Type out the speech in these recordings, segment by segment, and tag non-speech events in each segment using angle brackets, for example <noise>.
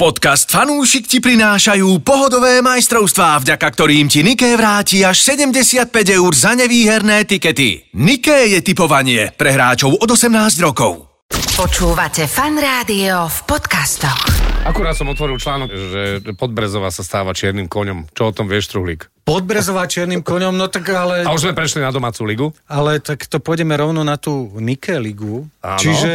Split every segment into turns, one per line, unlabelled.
Podcast Fanúšik ti prinášajú pohodové majstrovstvá, vďaka ktorým ti Niké vráti až 75 eur za nevýherné tikety. Niké je typovanie pre hráčov od 18 rokov.
Počúvate fan rádio v podcastoch.
Akurát som otvoril článok, že Podbrezová sa stáva čiernym koňom. Čo o tom vieš, Truhlík?
Podbrezová čiernym koňom, no tak ale,
A už sme prešli na domácu ligu.
ale tak to pôjdeme rovno na tú Nike ligu.
Áno.
Čiže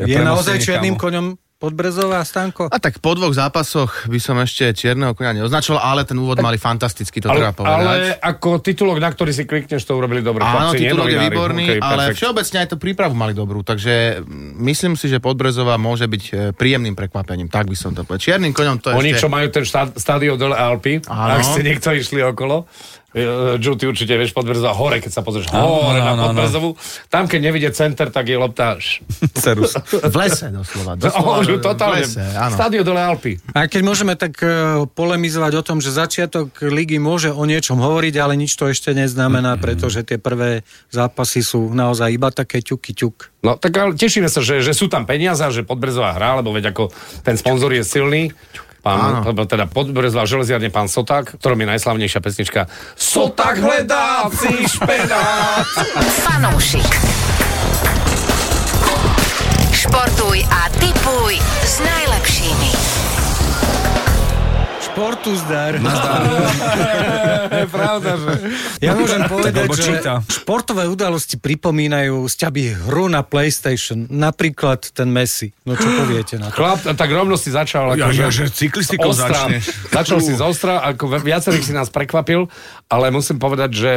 Ja
je
prenosím
naozaj
kámo.
čiernym koňom Podbrezová Stanko?
A tak po dvoch zápasoch by som ešte čierneho konia neoznačil, ale ten úvod mali fantastický, to
Ale,
treba povedať.
ale ako titulok, na ktorý si klikneš, to urobili dobre.
Áno,
chlapci, nie
titulok je
novinári.
výborný,
Okej,
okay, ale
perfekt.
všeobecne aj tú prípravu mali dobrú, takže mm, myslím si, že Podbrezová môže byť e, príjemným prekvapením, tak by som to povedal. Čiernym koňom to
Oni,
ešte...
čo majú ten štá- stadio dole Alpy,
Áno.
ak ste niekto išli okolo, e, Ju, ty určite vieš Podbrzová hore, keď sa pozrieš hore na Podbrzovu. Tam, keď nevidie center, tak je lopta... š-
Cerus.
V lese
<laughs>
doslova. doslova
Ju,
v
totálne.
lese, áno.
Stadio dole Alpy.
A keď môžeme tak eh, polemizovať o tom, že začiatok ligy môže o niečom hovoriť, ale nič to ešte
Mhm.
neznamená, pretože tie prvé zápasy sú naozaj iba také ťuky ťuk.
No tak ale tešíme sa, že, že sú tam peniaze, a že Podbrezová hrá, lebo veď ako ten sponzor je silný. Pán, lebo teda Podbrezová železiarne pán Soták, ktorom je najslavnejšia pesnička Soták hledá si špedát.
Fanúšik. Športuj a tipuj s najlepšími.
Športu zdar.
je pravda, že...
Ja
<laughs>
môžem povedať,
blbo
že
číta.
športové udalosti pripomínajú sťaby hru na PlayStation, napríklad ten Messi. No čo poviete na to?
Chlap, tak rovno si začal.
Ja,
Ako,
ja, že cyklistikou
ostra.
začneš.
Začal si z ostra, ako ve- viacerých si nás prekvapil, ale musím povedať, že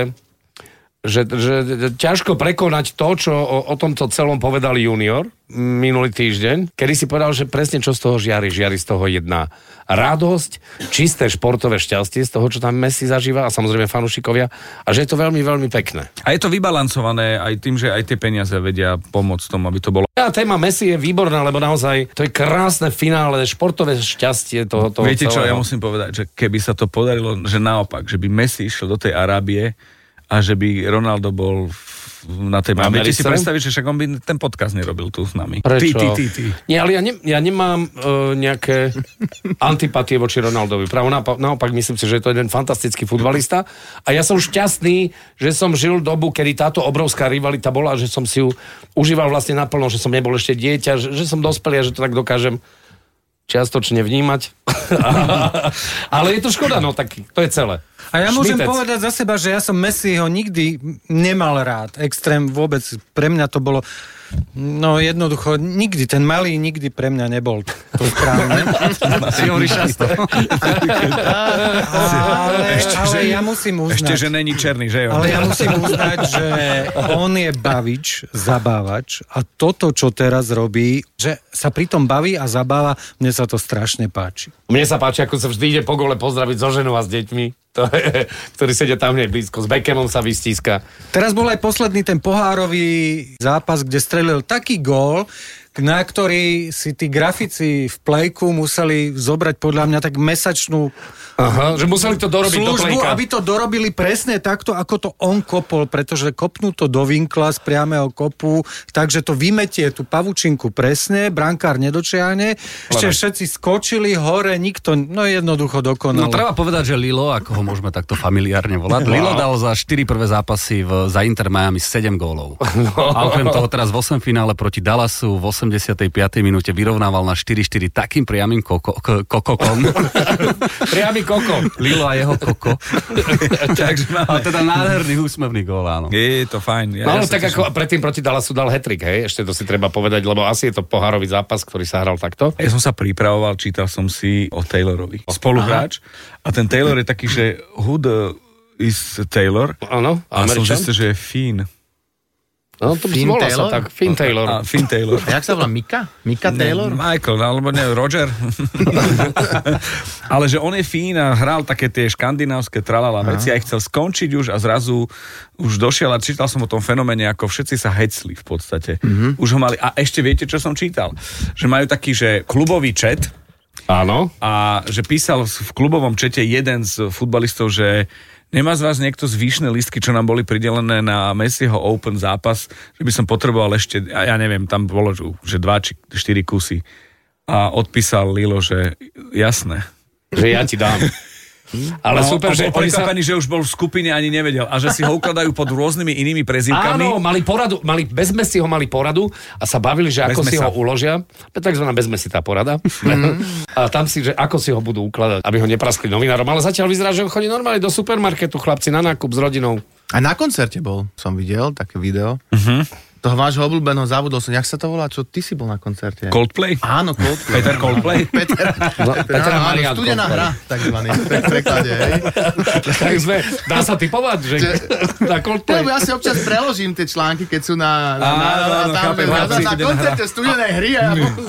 že, že ťažko prekonať to, čo o, o tomto celom povedal junior minulý týždeň, kedy si povedal, že presne čo z toho žiari. Žiari z toho jedna radosť, čisté športové šťastie z toho, čo tam Messi zažíva a samozrejme fanúšikovia a že je to veľmi, veľmi pekné.
A je to vybalancované aj tým, že aj tie peniaze vedia pomôcť tomu, aby to bolo.
A téma Messi je výborná, lebo naozaj to je krásne finále, športové šťastie toho, toho
Viete čo,
celého.
ja musím povedať, že keby sa to podarilo, že naopak, že by Messi išiel do tej Arábie a že by Ronaldo bol v- na tej
Na
máme. Viete si
Americe?
predstaviť, že však on by ten podcast nerobil tu s nami.
Prečo?
Ty, ty, ty,
<laughs>
ty.
Nie, ale ja, ne, ja nemám uh, nejaké <laughs> antipatie voči Ronaldovi. Právo naopak, naopak myslím si, že je to jeden fantastický futbalista a ja som šťastný, že som žil dobu, kedy táto obrovská rivalita bola, že som si ju užíval vlastne naplno, že som nebol ešte dieťa, že, že som dospelý a že to tak dokážem čiastočne vnímať. <laughs> ale je to škoda, no tak to je celé.
A ja môžem
Šmitec.
povedať za seba, že ja som Messiho nikdy nemal rád. Extrém vôbec. Pre mňa to bolo... No jednoducho, nikdy. Ten malý nikdy pre mňa nebol to
<laughs>
správne.
Si hovoríš často.
Ale,
Ešte,
ale
že-
ja musím uznať...
Ešte, že není černý, že jo?
Ale ja musím uznať, že on je bavič, zabávač a toto, čo teraz robí, že sa pritom baví a zabáva, mne sa to strašne páči.
Mne sa páči, ako sa vždy ide po gole pozdraviť so ženou a s deťmi, to je, <laughs> ktorí sedia tam hneď blízko. S Beckhamom sa vystíska.
Teraz bol aj posledný ten pohárový zápas, kde strelil taký gól, na ktorý si tí grafici v plejku museli zobrať podľa mňa tak mesačnú
Aha, že museli to dorobiť do
službu,
plejka.
aby to dorobili presne takto, ako to on kopol, pretože kopnú to do vinkla z priamého kopu, takže to vymetie tú pavučinku presne, brankár nedočiahne, ešte všetci skočili hore, nikto, no jednoducho
No
dokonalo.
treba povedať, že Lilo, ako ho môžeme takto familiárne volať, Lilo dal za 4 prvé zápasy v, za Inter Miami 7 gólov. A okrem toho teraz v 8 finále proti Dallasu v 85. minúte vyrovnával na 4-4 takým priamým koko, k- kokokom.
Priamy koko.
Lilo a jeho koko.
<laughs> Takže
A
máme.
teda nádherný úsmevný gól, áno.
Je to fajn. Ja,
No, ale
ja sa
tak
teším.
ako predtým proti Dallasu dal hetrik, hej? Ešte to si treba povedať, lebo asi je to pohárový zápas, ktorý sa hral takto.
Ja som sa pripravoval, čítal som si o Taylorovi. Spoluhráč. A ten Taylor je taký, že who the is Taylor?
Áno,
A som
Američan.
zistil, že je Finn.
No, to
Finn
volá sa
Taylor?
tak. Finn
A
Taylor.
Finn <laughs> Taylor.
A jak sa volá Mika? Mika Taylor?
Michael, no, alebo ne, <laughs> Roger. Ale že on je fín a hral také tie škandinávské tralala veci a ich chcel skončiť už a zrazu už došiel a čítal som o tom fenoméne, ako všetci sa hecli v podstate. Už ho mali, a ešte viete, čo som čítal? Že majú taký, že klubový čet,
Áno.
a že písal v klubovom čete jeden z futbalistov, že nemá z vás niekto zvyšné listky, čo nám boli pridelené na Messiho Open zápas, že by som potreboval ešte, a ja neviem, tam bolo, že- že dva či štyri kusy. a odpísal Lilo, že jasné.
že ja ti
<laughs>
dám. Ale
No,
super,
a
že
bol
oni sa...
prekvapený, že už bol v skupine ani nevedel a že si ho ukladajú pod rôznymi inými prezývkami.
Áno, mali poradu, mali, bez mesi ho mali poradu a sa bavili, že ako si
Bezmesa.
ho uložia, takzvaná bezmesitá porada.
Mhm.
<laughs> a tam si, že ako si ho budú ukladať, aby ho nepraskli novinárom. Ale zatiaľ vyzerá, že on chodí normálne do supermarketu, chlapci, na nákup s rodinou.
A na koncerte bol, som videl také video. Toho vášho obľúbeného zabudol som, jak sa to volá, čo ty si bol na koncerte?
Coldplay?
Áno, Coldplay.
Peter
<laughs>
Coldplay?
Peter, <laughs>
Peter
áno, áno,
Marian
studená
Coldplay.
hra, takzvaný, v preklade, hej.
tak sme, dá sa typovať, že <laughs> na Coldplay.
Lebo ja si občas preložím tie články, keď sú na, na, na,
Áno,
na,
áno,
na,
chápem,
na, na,
chápem.
na koncerte studenej hry. A ja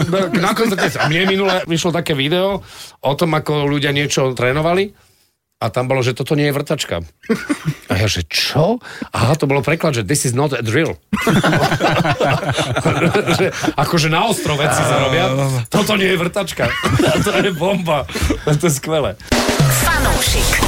No, Na koncerte, a mne minule vyšlo také video o tom, ako ľudia niečo trénovali a tam bolo, že toto nie je vrtačka. A ja, že čo? Aha, to bolo preklad, že this is not a drill. <laughs> že, akože na ostro veci zarobia. Toto nie je vrtačka. <laughs> to je bomba. To je skvelé.
Fanúšik.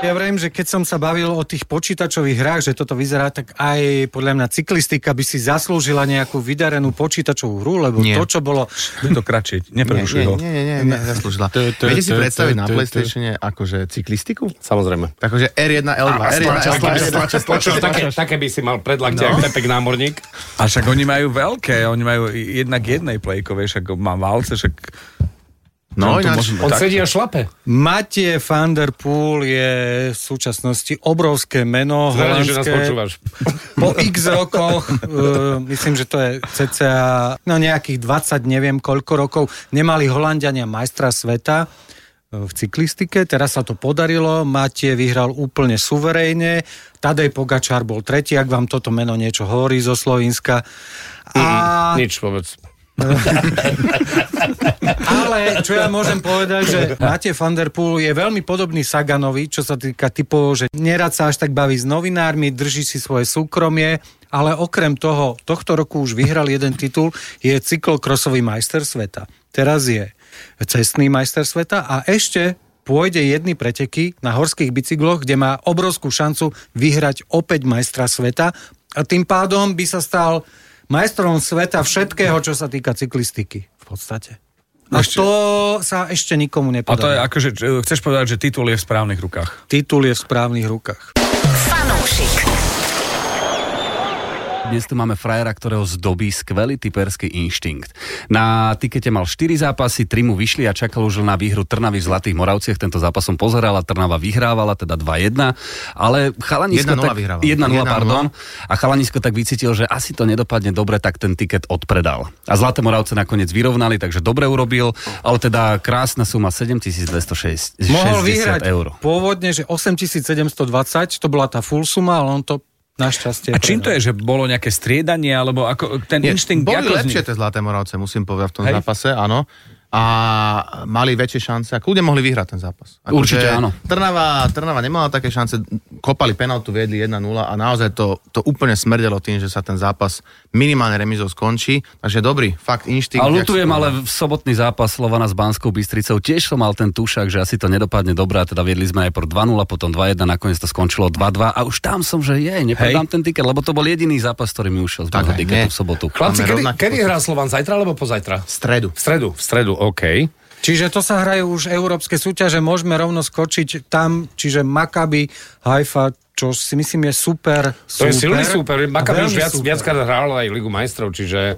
Ja vrajím, že keď som sa bavil o tých počítačových hrách, že toto vyzerá, tak aj podľa mňa cyklistika by si zaslúžila nejakú vydarenú počítačovú hru, lebo
Nie.
to, čo bolo...
Je to kračieť, neprerušuj ho.
Nie, nie, nie, nie, nezaslúžila. Viete si predstaviť na Playstatione akože cyklistiku? Akože
Samozrejme.
Takže R1, L2, R1, L2,
Čo, také, také by si mal predlakte, no. pepek námorník.
A však oni majú veľké, oni majú jednak jednej plejkovej, však má valce, však...
No,
Čo tu
ináč,
môžeme-
On
Tak.
sedí a šlape.
Matie van der Poel je v súčasnosti obrovské meno.
Zradím, že nás
holandské.
počúvaš.
Po x rokoch, uh, myslím, že to je cca no nejakých 20, neviem koľko rokov, nemali Holandiania majstra sveta eh, v cyklistike. Teraz sa to podarilo, Matie vyhral úplne suverejne, Tadej Pogačar bol tretí, ak vám toto meno niečo hovorí zo Slovenska. A,
Nič vôbec.
ale čo ja môžem povedať, že Matej van der Poel je veľmi podobný Saganovi, čo sa týka typov, že nerad sa až tak baví s novinármi, drží si svoje súkromie, ale okrem toho, tohto roku už vyhral jeden titul, je cyklokrosový majster sveta. Teraz je cestný majster sveta a ešte pôjde jedny preteky na horských bicykloch, kde má obrovskú šancu vyhrať opäť majstra sveta a tým pádom by sa stal majstrom sveta všetkého, čo sa týka cyklistiky v podstate. A
Ešte-
to sa ešte nikomu
A to je
nepodarilo.
akože, č- chceš povedať, že titul je v správnych rukách.
Titul je v správnych rukách.
Fanúšik.
Dnes tu máme frajera, ktorého zdobí skvelý typerský inštinkt. Na tikete mal 4 zápasy, 3 mu vyšli a čakal už na výhru Trnavy v Zlatých Moravciach. Tento zápas som pozeral a Trnava vyhrávala, teda 2-1. Ale chalanisko
1:0
tak...
vyhrávala.
1-0,
1:0.
pardon. A chalanisko tak vycítil, že asi to nedopadne dobre, tak ten tiket odpredal. A Zlaté Moravce nakoniec vyrovnali, takže dobre urobil, ale teda krásna suma 7260
Mohol vyhrať
eur.
pôvodne, že 8720, to bola tá full suma, ale on to našťastie...
A
No.
čím to je, že bolo nejaké striedanie, alebo ako ten
Nie,
inštinkt...
Boli
ako
lepšie tie
znie?
Zlaté Moravce, musím povedať, v tom
Hej.
zápase, áno. A mali väčšie šance, ako ľudia mohli vyhrať ten zápas. Ako,
Určite
že
áno.
Trnava, Trnava nemala také šance, kopali penaltu, viedli 1-0 a naozaj to, to úplne smrdelo tým, že sa ten zápas minimálne remizou skončí. Takže dobrý, fakt inštinkt.
A
jak
lutujem,
si-
ale v sobotný zápas Slovana s Banskou Bystricou tiež som mal ten tušak, že asi to nedopadne dobré, a teda viedli sme najprv 2-0, potom 2-1, nakoniec to skončilo 2-2 a už tam som, že jej, nepredám ten tiket, lebo to bol jediný zápas, ktorý mi ušiel z
Tak
môjho
aj
tiketu
mne.
v sobotu.
Chlapci,
Máme
kedy,
rovnaký
kedy
pocit.
hrá Slovan? Zajtra alebo pozajtra?
V stredu.
V stredu, v stredu, OK.
Čiže to sa hrajú už európske súťaže, môžeme rovno skočiť tam, čiže Maccabi, Haifa, čo si myslím je super.
To je silný súper. Maccabi už
Veľmi
viac,
súper.
viackrát hral aj Ligu majstrov, čiže,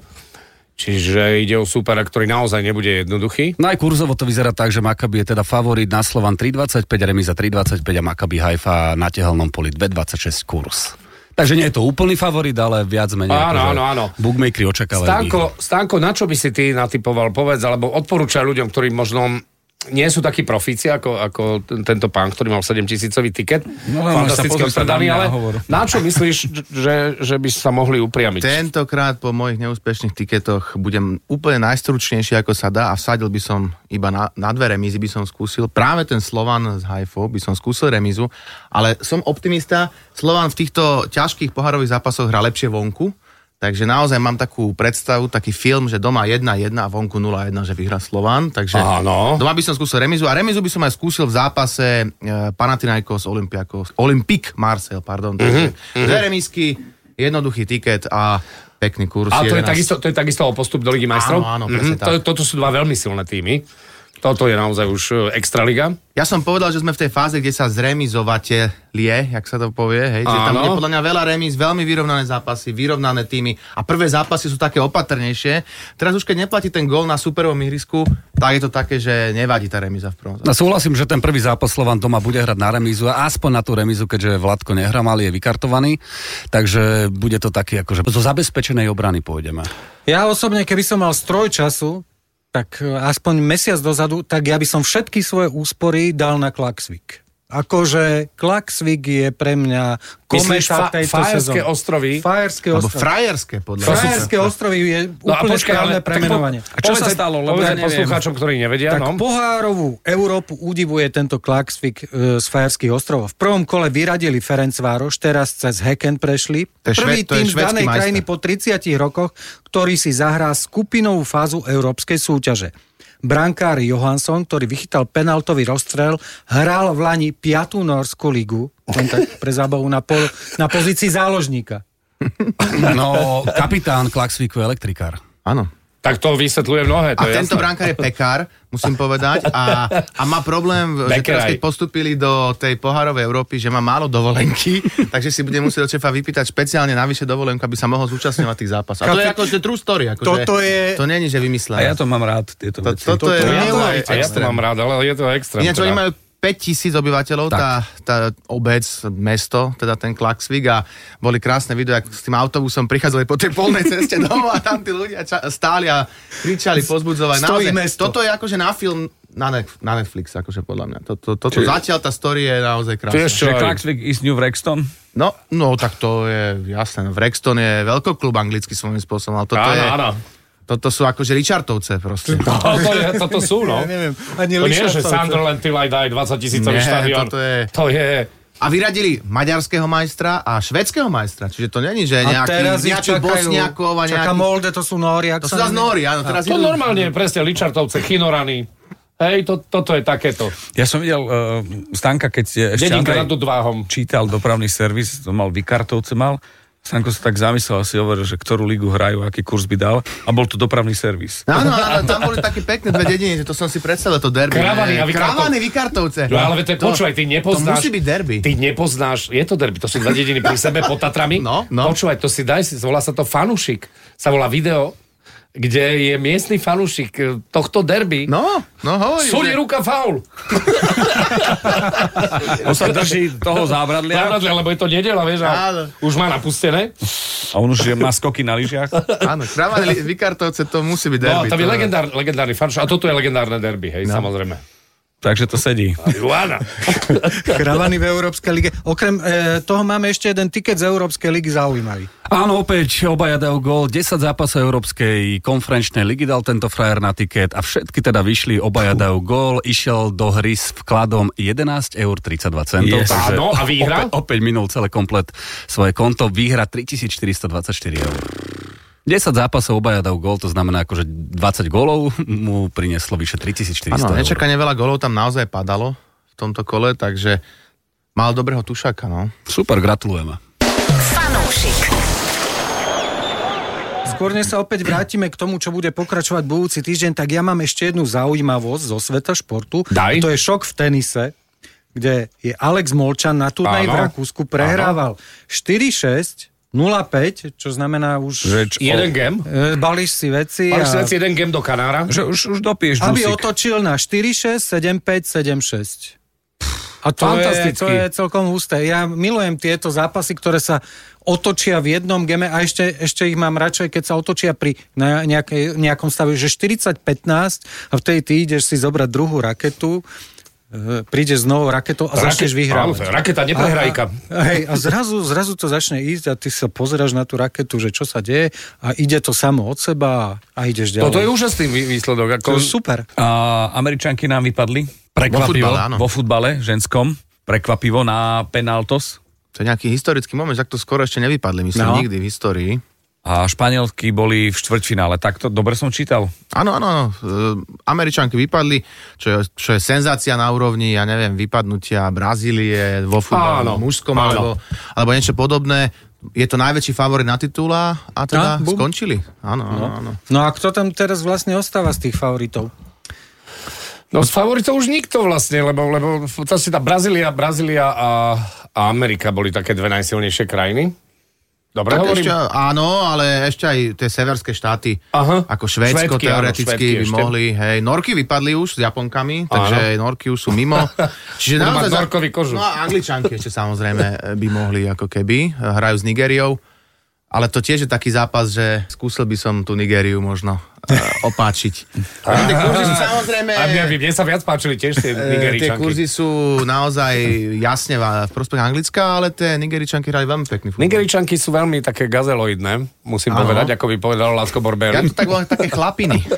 čiže ide o súpera, ktorý naozaj nebude jednoduchý.
No aj kurzovo to vyzerá tak, že Makabi je teda favorit na Slovan 3,25, remiza 3,25 a Makabi Haifa na tehelnom poli 2,26 kurz. Takže nie je to úplný favorit, ale vic menej.
Áno,
akože
áno, áno.
Bookmakeri očakávajú. výhru.
Stanko, Stanko, na čo by si ty natypoval? Povedz, alebo odporúčaj ľuďom, ktorí možno nie sú takí profíci ako, ako ten- tento pán, ktorý mal 7 tisícový tiket.
No, len
Fantasticky
sa pozri sa
odpredaný,
na mňa
ale
a hovor.
na čo myslíš, že, že by sa mohli upriamiť?
Tentokrát po mojich neúspešných tiketoch budem úplne najstručnejší, ako sa dá a vsadil by som iba na, na dve remízy by som skúsil. Práve ten Slovan z Haifou by som skúsil remízu, ale som optimista. Slovan v týchto ťažkých pohárových zápasoch hrá lepšie vonku, takže naozaj mám takú predstavu, taký film, že doma 1-1 a vonku 0-1, že vyhrá Slovan. Takže
Áno.
doma by No, som skúsil remízu a remízu by som aj skúsil v zápase e, Panathinaikos
Mhm,
Olympiakos, Olympique Marseille, pardon. Takže dve remízky, jednoduchý tiket a Pekný kurz.
A to je,
11.
takisto, to je takisto o postup do Ligy majstrov?
Áno, áno,
Mhm,
presne
to,
tak.
Toto sú dva veľmi silné týmy. Toto je naozaj už e, extraliga.
Ja som povedal, že sme v tej fáze, kde sa zremizovate lie, jak sa to povie, hej, že tam
Áno.
bude podľa mňa veľa remis, veľmi vyrovnané zápasy, vyrovnané týmy a prvé zápasy sú také opatrnejšie. Teraz už keď neplatí ten gól na superovom ihrisku, tak je to také, že nevadí tá remiza v prvom zápase.
No súhlasím, že ten prvý zápas Slovan doma bude hrať na remízu a aspoň na tú remízu, keďže Vladko nehrá, ale je vykartovaný, takže bude to taký, akože zo zabezpečenej obrany pôjdeme.
Ja osobne, keby som mal stroj času, tak e, aspoň mesiac dozadu, tak ja by som všetky svoje úspory dal na Klaxvik. Akože Klaxvik je pre mňa
Myslíš
kometa
fa-
tejto
Fajerské
sezóny.
ostrovy?
Fajerské
Alebo
ostrovy.
frajerské, podľa mňa.
Frajerské ostrovy je
No a
úplne
počkaj,
správne
ale- tak po-
premenovanie.
A čo sa
Povedz-
stalo? Lebo
povedz
ja neviem.
poslucháčom, ktorí nevedia.
Tak
no.
pohárovú Európu udivuje tento klaxvik e, z Fajerských ostrovov. V prvom kole vyradili Ferencvároš, teraz cez Heken prešli.
To je
Prvý
šve- to je
tým z
švédsky
danej
majster.
krajiny po 30 rokoch, ktorý si zahrá skupinovú fázu európskej súťaže. Brankár Johansson, ktorý vychytal penaltový rozstrel, hral v Lani 5. norskú ligu, len tak pre zábavu na, po, na pozícii záložníka.
No, kapitán Klaxvíku je elektrikár.
Áno.
Tak to vysvetľuje mnohé, to
A
je
tento
jasné.
brankár je pekár, musím povedať, a, a má problém, že teraz
Bekeraj.
keď postúpili do tej pohárovej Európy, že má málo dovolenky,
<laughs>
takže si bude musieť od šefa vypýtať špeciálne navyše dovolenku, aby sa mohol zúčastňovať tých zápasov. A to je akože true story. Akože,
Toto je-
To není, že vymyslené.
A ja to mám rád, tieto
To-
veci.
toto je-
Ja
Milo
to- a ja
je
to
extrém.
mám rád, ale je to extrém.
Ináč oni
teda.
majú 5000 obyvateľov, tá, tá obec, mesto, teda ten Klaxvik a boli krásne videá, ako s tým autobusom prichádzali po tej
<laughs>
polnej ceste domov a tam tí ľudia ča- stáli a kričali, pozbudzovali.
Stojí
Naozaj,
mesto.
Toto je akože na film, na, Net- na Netflix, akože podľa mňa. Toto, toto, zatiaľ tá story je naozaj krásna.
Vieš čo,
Čiže
aj-
Klaxvik is New Rexton.
No, no, tak to je jasné. No, Vrexton je veľkoklub anglický svojím spôsobom, ale toto,
Áno,
je,
áno. No.
toto sú akože Richardovce proste.
Toto, je, toto sú,
<laughs>
no.
Ja neviem, ani
To nie je, že
Lišatovce.
Sunderland Till I Die 20 tisícový
Nie,
štadión.
toto je-
To je...
A vyradili maďarského majstra a švedského majstra. Čiže to není, že
A
nejaký,
teraz ich
nejaký bosniakov a
čaká
nejaký...
Molde, to sú Nóri. ak
To sú
sa
zase
nemýlim.
Nóri, áno. Teraz
To No normálne je presne Ličartovce, Chinorany. Hej, to, toto je takéto.
Ja som videl uh, Stanka, keď je ešte
Dedinka nad
Andrej
Dudváhom.
čítal dopravný servis, to mal vykartovce mal. Stanko sa tak zamyslel a si hovoril, že ktorú ligu hrajú, aký kurz by dal a bol to dopravný servis.
Áno, áno, tam boli také pekné dve dediny, že to som si predstavil, to derby. Eh,
Kravany a Vykartov-
Kravany, Vykartovce.
No, ale to je, počúvaj, ty nepoznáš...
To musí byť derby.
Ty nepoznáš, je to derby, to sú dva dediny pri sebe pod Tatrami.
<laughs> No, no.
Počúvaj, to si daj si, volá sa to Fanušik. Sa volá video, kde je miestny fanušik e, tohto derby.
No, no hovorím.
Suli
že-
ruka
<laughs>
faul.
On sa drží toho zábradlia
Zábradlia, lebo je to nedela, vieš,
Áno.
a už má napustené.
a on už je- má skoky na lyžiach.
Áno, Kravany,
<laughs>
Li- Vykartovce, to No. musí byť
No,
derby.
to je legendár, legendárny fanúšik. A toto je legendárne derby, hej, samozrejme.
Takže to sedí.
<laughs>
Juana.
Kravany v Európskej lige. Okrem e, toho máme ešte jeden tiket z Európskej ligy zaujímavý.
Áno, opäť obaja dajú gól. 10 zápasov Európskej konferenčnej ligy dal tento frajer na tiket a všetky teda vyšli, obaja dajú gól. Išiel do hry s vkladom 11,32 eur.
Yes.
takže
Áno, a výhra?
Opäť, opäť minul celé komplet svoje konto. Výhra 3424 eur. 10 zápasov obaja dajú gól, to znamená akože 20 gólov mu prinieslo vyše 3400
Áno,
eur.
nečakane veľa golov tam naozaj padalo v tomto kole, takže mal dobrého tušaka, no.
Super, gratulujeme.
Fanúšik.
Skôr než sa opäť vrátime k tomu, čo bude pokračovať budúci týždeň, tak ja mám ešte jednu zaujímavosť zo sveta športu.
Daj.
A To je šok v tenise, kde je Alex Molčan na turnaji v
Áno.
Rakúsku prehrával 4-6, 0-5, čo znamená už...
Že, čo,
Jeden gem.
E, balíš si veci
Pán
a...
Švec, jeden gem do Kanára.
že už, už dopiješ
aby
dusík.
otočil na 4-6, 7-5, 7-6. A to je,
Fantasticky.
to je celkom husté. Ja milujem tieto zápasy, ktoré sa otočia v jednom geme a ešte, ešte ich mám radšej, keď sa otočia pri na nejakej, nejakom stave, že 40-15 a vtedy ty ideš si zobrať druhú raketu, e, prídeš s novou raketou a
Raket-
začneš vyhrávať.
Áno, raketa, neprehrajka.
A, a, hej, a zrazu, zrazu to začne ísť a ty sa pozeráš na tú raketu, že čo sa deje a ide to samo od seba a, a ideš ďalej.
Toto No je úžasný vý- výsledok.
to
Ako...
je super.
A Američanky nám vypadli.
Vo
Prekvapivo.
futbale, áno.
Vo futbale, ženskom. Prekvapivo na penaltos.
To je nejaký historický moment, tak to skoro ešte nevypadli, myslím,
No.
nikdy v histórii.
A španielky boli v štvrťfinále. Takto dobre som čítal.
Áno, áno, áno. Ehm, Američanky vypadli, čo je, čo je senzácia na úrovni, ja neviem, vypadnutia Brazílie vo futbale
Áno,
mužskom
áno.
alebo, alebo niečo podobné. je to najväčší favorit na titula a
No,
teda
bum.
skončili. Áno, áno, áno.
No a kto tam teraz vlastne ostáva z tých favoritov?
No z favoritov už nikto vlastne, lebo, lebo v podstate tá Brazília, Brazília a, a Amerika boli také dve najsilnejšie krajiny. Dobre
Tak
hovorím?
ešte, áno, ale ešte aj tie severské štáty,
Aha.
ako Švédsko
Švédky, áno,
teoreticky
Švédky
by
ešte.
mohli, hej, Norky vypadli už s Japonkami, takže Norky už sú mimo. Čiže
<laughs> Budú mať
naozaj... za-
norkový kožuch.
No a Angličanky ešte samozrejme eh, by mohli ako keby, eh, hrajú s Nigériou, ale to tiež je taký zápas, že skúsil by som tú Nigériu možno eh,
<laughs>
opáčiť. No, tie kurzy sú samozrejme...
A mne, mne sa viac páčili tiež tie
eh, Tie
Nigeričanky.
kurzy sú naozaj jasne v prospech Anglicka, ale tie Nigeričanky hrali veľmi pekný futbal.
Nigeričanky sú veľmi také gazeloidné, musím
Áno.
povedať, ako by povedal Lásko Borber.
Ja to tak volám, také chlapiny.
<laughs>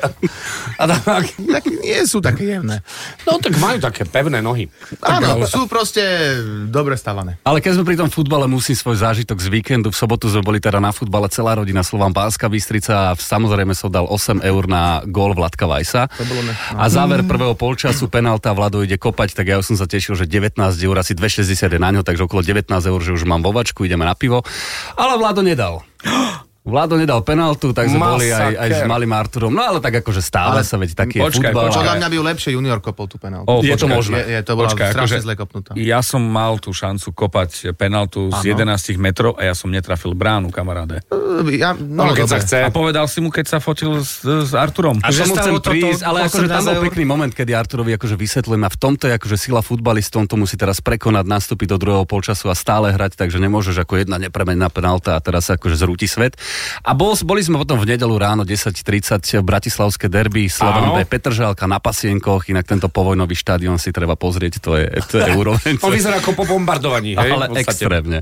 A tak,
Tak nie sú také jemné.
no tak majú také pevné nohy.
Áno, sú proste dobre stavané.
Ale keď sme pri tom futbale, musím svoj zážitok z víkendu. V sobotu sme boli teda na futbale celá rodina Slován Pánska Bystrica a v- samozrejme som dal 8 eur na gól Vladka Vajsa. A záver prvého polčasu penalta Vlado ide kopať, tak ja už som sa tešil, že 19 eur, asi 2,60 je na ňo, takže okolo 19 eur, že už mám vovačku, ideme na pivo. Ale Vlado nedal. Vlado nedal penaltu, tak sme boli aj, aj s
Masaker.
malým Arturom. No ale tak akože stále sa, veď taký je
počkaj,
futbal.
Podľa
Počkaj.
mňa by ju lepšie junior kopol tú penáltu.
O,
Je to
počkaj,
možné.
Je, je, to bola
Počkaj,
strašne
akože
zle kopnutá.
Ja som mal tú šancu kopať penaltu z 11 metrov a ja som netrafil bránu, kamaráde.
E, Ja, no,
No, keď sa
dobre.
chce.
A povedal si mu, keď sa fotil s, s Arturom.
A že
Že
chcem
stalo toto
prísť, ale akože
18
tam bol
eur?
pekný moment, kedy Arturovi akože vysvetľujem a v tomto je akože sila futbalistom, to musí teraz prekonať, nastúpiť do druhého polčasu a stále hrať, takže nemôžeš ako jedna nepremenená penalta a teraz sa akože zrúti svet. A bol, boli sme potom v nedelu ráno 10.30 v Bratislavské derby
Áno.
Slovan B Petržalka na pasienkoch, inak tento povojnový štadión si treba pozrieť, to je,
<laughs>
to je úroveň.
On vyzerá ako po bombardovaní, hej?
Ale
v podstate.
extrémne.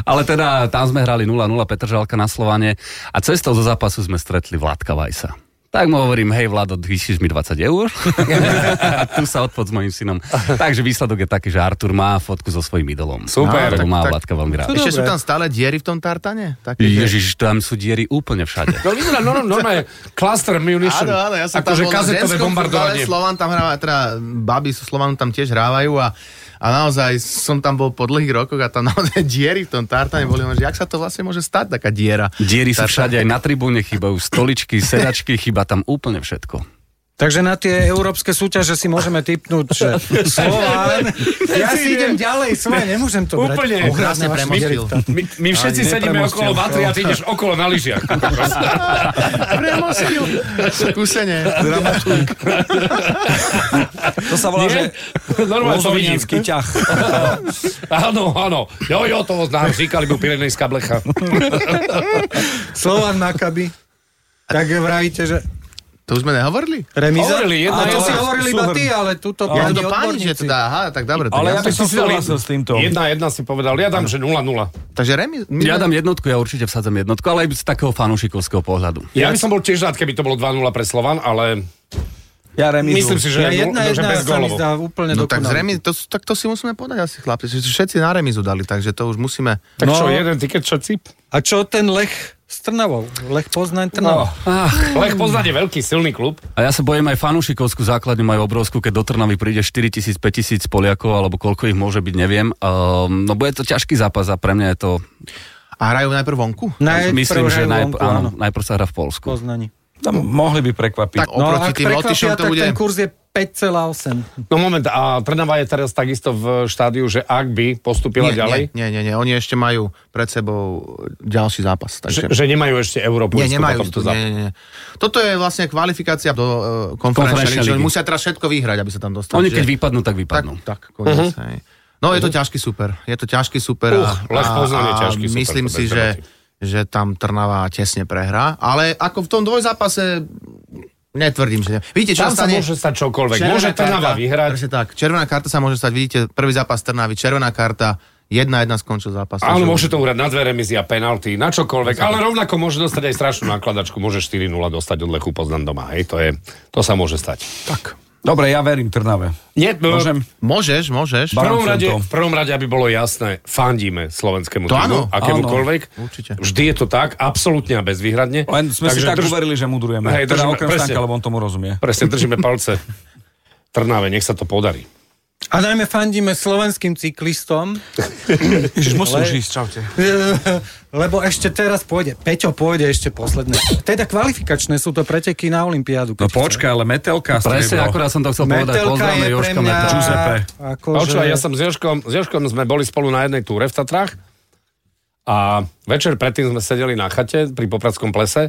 Ale teda tam sme hrali 0-0 Petržalka na Slovane a cestou zo zápasu sme stretli Vládka Vajsa. Tak mu hovorím, hej Vlado, vyšíš mi 20 eur. <laughs> a tu sa odfot s mojim synom. Takže výsledok je taký, že Artur má fotku so svojím idolom.
Super.
Ktorú
tak-
má
tak-
Vládka veľmi rád.
Ešte sú tam stále diery v tom tartane? Také, že-
Ježiš, tam sú diery úplne všade.
No vyzerá norm- normálne cluster munition.
Áno, áno, ja som
akože
tam bol na
kazetové
ženskom
bombardovanie.
futbale, Slovan tam hráva, teda baby so Slovanom tam tiež hrávajú a, a naozaj som tam bol po dlhých rokoch a tam naozaj <laughs> diery v tom tartane boli, že jak sa to vlastne môže stať, taká diera.
Diery sú všade, aj na tribúne chýbajú stoličky, sedačky, chýba tam úplne všetko.
Takže na tie európske súťaže si môžeme typnúť,
<laughs>
že Slován, ja si idem ďalej, svoje nemôžem to brať.
Úplne.
Ohradné
Krásne
vaše
premožil.
diery v tom.
My, my všetci
Ani
sedíme
nepremostil.
okolo vatry a ty ideš okolo na lyžiach.
Premožil. Skúsenie.
To sa volá,
Nie?
že
Normálne to vidím.
lozovinianský ťah.
<laughs> Áno, áno. Jo, jo, toho znám. Říkali mu Pirenejská blecha.
Slován Makaby. Tak vravíte, že
To už sme nehovorili?
remíza?
Hovorili, jedna
a to
jedna.
si hovorili iba
Súhrn.
ty, ale tuto páni
Ja to páni, že
odborníci.
teda, aha, tak dobre. tak
Ale ja
ja
by som súhlasil s týmto.
Jedna, jedna si povedal. Ja dám, že 0-0.
Takže Remi... my
Ja
sme-
dám jednotku, ja určite vsadzam jednotku, ale aj z takého fanúšikovského pohľadu.
Ja by som bol tiež rád, keby to bolo 2-0 pre Slovan, ale
Ja remizu.
myslím si, že,
Ja jedna
že
jedna
bez
sa mi
golov.
zdá úplne
No tak,
dokonalé.
zrejme, to, tak to si musíme podať asi chlapci, že všetci na remizu dali, takže to už musíme...
Tak čo,
No.
jeden tiket, čo cip?
A čo ten Lech s Trnavou? Lech Poznaň
No.
Trnava.
Ach,
Lech Poznaň je veľký, silný klub.
A ja sa bojím aj fanúšikovskú základňu majú obrovskú, keď do Trnavy príde 4 tisíc, 5 tisíc Poliakov, alebo koľko ich môže byť, neviem. Um, no bude to ťažký zápas a pre mňa je to,
A hrajú najprv vonku?
Najprv
myslím, že
hrajú
najp-
vonku, áno.
áno, najprv sa hrá v Polsku.
Poznaní.
Tam mohli by prekvapiť.
Tak oproti
no, ak
tým Lotyšom
prekvapia,
to
tak
bude...
ten kurz je 5,8.
No moment, a Trnava je teraz takisto v štádiu, že ak by postupila
nie,
ďalej,
nie, nie, nie, oni ešte majú pred sebou ďalší zápas.
Že,
Takže...
že nemajú ešte Európu.
nie,
ešte
nemajú
potom
tu,
za-
nie, nie, nie. Toto je vlastne kvalifikácia do uh, konferenčnej
Konferenčnej
ligy. Oni
ligy.
musia teraz všetko vyhrať, aby sa tam dostali.
Oni
že-
keď vypadnú, tak
Tak,
vypadnú.
tak,
Mhm.
koniec, hej. No je to ťažký super. Je to ťažký super.
Uch, Lech Poznaň je ťažký super,
myslím
to
si,
bez
že,
debaty.
že tam Trnava tesne prehrá. Ale ako v tom dvojzápase netvrdím, že... ne- Vidíte, čo
Tam sa
stane?
môže stať čokoľvek. Môže Trnava vyhrať.
Presne tak. Červená karta sa môže stať. Vidíte, prvý zápas Trnavy, červená karta, 1-1 skončil zápas.
Áno,
Takže-
môže to urať na dve remizia, penalty, na čokoľvek, ale rovnako môže dostať aj strašnú nákladačku, môže 4-0 dostať od Lechu Poznan doma, hej, to, je, to sa môže stať.
Tak. Dobre, ja verím Trnave.
Nie, no,
Môžem?
Môžeš, môžeš.
v prvom,
Balancem
rade,
to.
v prvom rade, aby bolo jasné, fandíme slovenskému
To áno,
týmu, akémukoľvek.
áno, určite.
Vždy je to tak, absolútne a bezvýhradne.
Len sme si tak uverili, že mudrujeme.
Hej,
Hej, teda
držíme-
okrem
presne.
Stanka, lebo on tomu rozumie.
Presne, držíme palce. Trnáve, nech sa to podarí.
A najmä fandíme slovenským cyklistom,
Ježiš, musím
Ale-
už ísť, čaute.
lebo ešte teraz pôjde, Peťo pôjde ešte posledné. Teda kvalifikačné sú to preteky na Olympiádu.
No počkaj, ale metelka
Presne,
striebro.
akurát som to chcel povedať.
Metelka
Pozdravme
je pre
Joška
mňa...
Metelku.
Giuseppe.
Akože...
No Počúvaj, ja som s Jožkom, s Jožkom sme boli spolu na jednej túre v Tatrách a večer predtým sme sedeli na chate pri Popradskom plese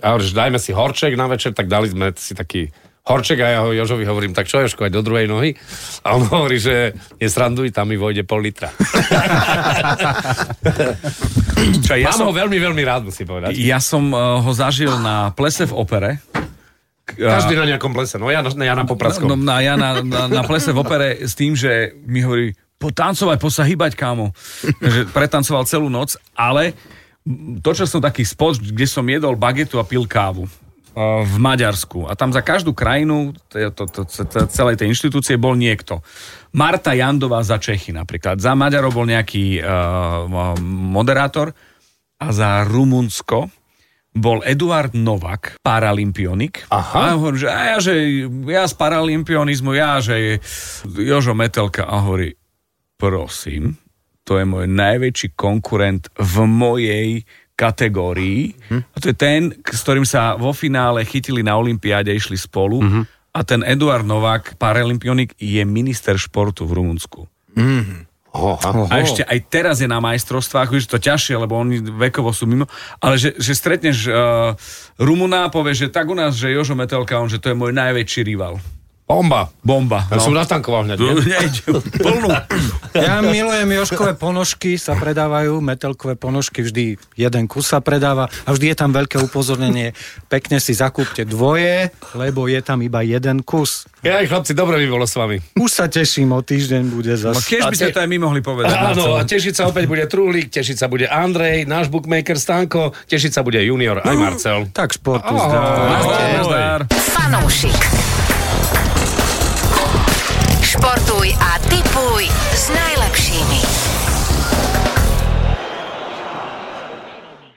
a hovoríš, dajme si horček na večer, tak dali sme si taký horček a ja ho Jožovi hovorím, tak čo Jožko, aj do druhej nohy? A on hovorí, že nesranduj, tam mi vojde pol litra. <laughs>
Čaj, ja
Mám
som,
ho veľmi, veľmi rád, musím povedať.
ja som eh, ho zažil na plese v opere. K- a-
Každý na nejakom plese, no ja na, ja na Popradskom.
No, no a ja na, na, na plese v opere s tým, že mi hovorí, poď tancovať, poď sa hýbať, kámo. Takže pretancoval celú noc, ale točil som taký spot, kde som jedol bagetu a pil kávu eh, v Maďarsku. A tam za každú krajinu t- to, to, to, to, celej tej inštitúcie bol niekto. Marta Jandová za Čechy napríklad. Za Maďarov bol nejaký uh, moderátor a za Rumunsko bol Eduard Novak, paralympionik.
Aha.
A ja hovorím, že, a ja, že ja z paralympionizmu, ja, že Jožo Metelka. A hovorí, prosím, to je môj najväčší konkurent v mojej kategórii.
Mhm.
A to je ten, k- s ktorým sa vo finále chytili na Olympiáde, išli spolu.
Mhm.
A ten Eduard Novák, paralympionik, je minister športu v Rumunsku.
Oho.
A ešte aj teraz je na majstrovstvách, už je to ťažšie, lebo oni vekovo sú mimo, ale že, že stretneš uh, Rumuna a povieš, že tak u nás, že Jožo Metelka, on, že to je môj najväčší rival.
Bomba.
Bomba.
Ja
no.
som natankoval hneď. nie?
<laughs> Plnú.
Ja milujem Joškové ponožky, sa predávajú, metelkové ponožky, vždy jeden kus sa predáva a vždy je tam veľké upozornenie, pekne si zakúpte dvoje, lebo je tam iba jeden kus.
Ja aj chlapci, dobre by bolo s vami.
Už sa teším, o týždeň bude
No,
zase.
keď by ste to aj my mohli povedať.
Áno, a tešiť sa opäť bude Trulík, tešiť sa bude Andrej, náš bookmaker Stanko, tešiť sa bude Junior aj Marcel.
Tak športu zdá.
Nazdar, nazdar.
Fanúšik. Športuj a tipuj s najlepším.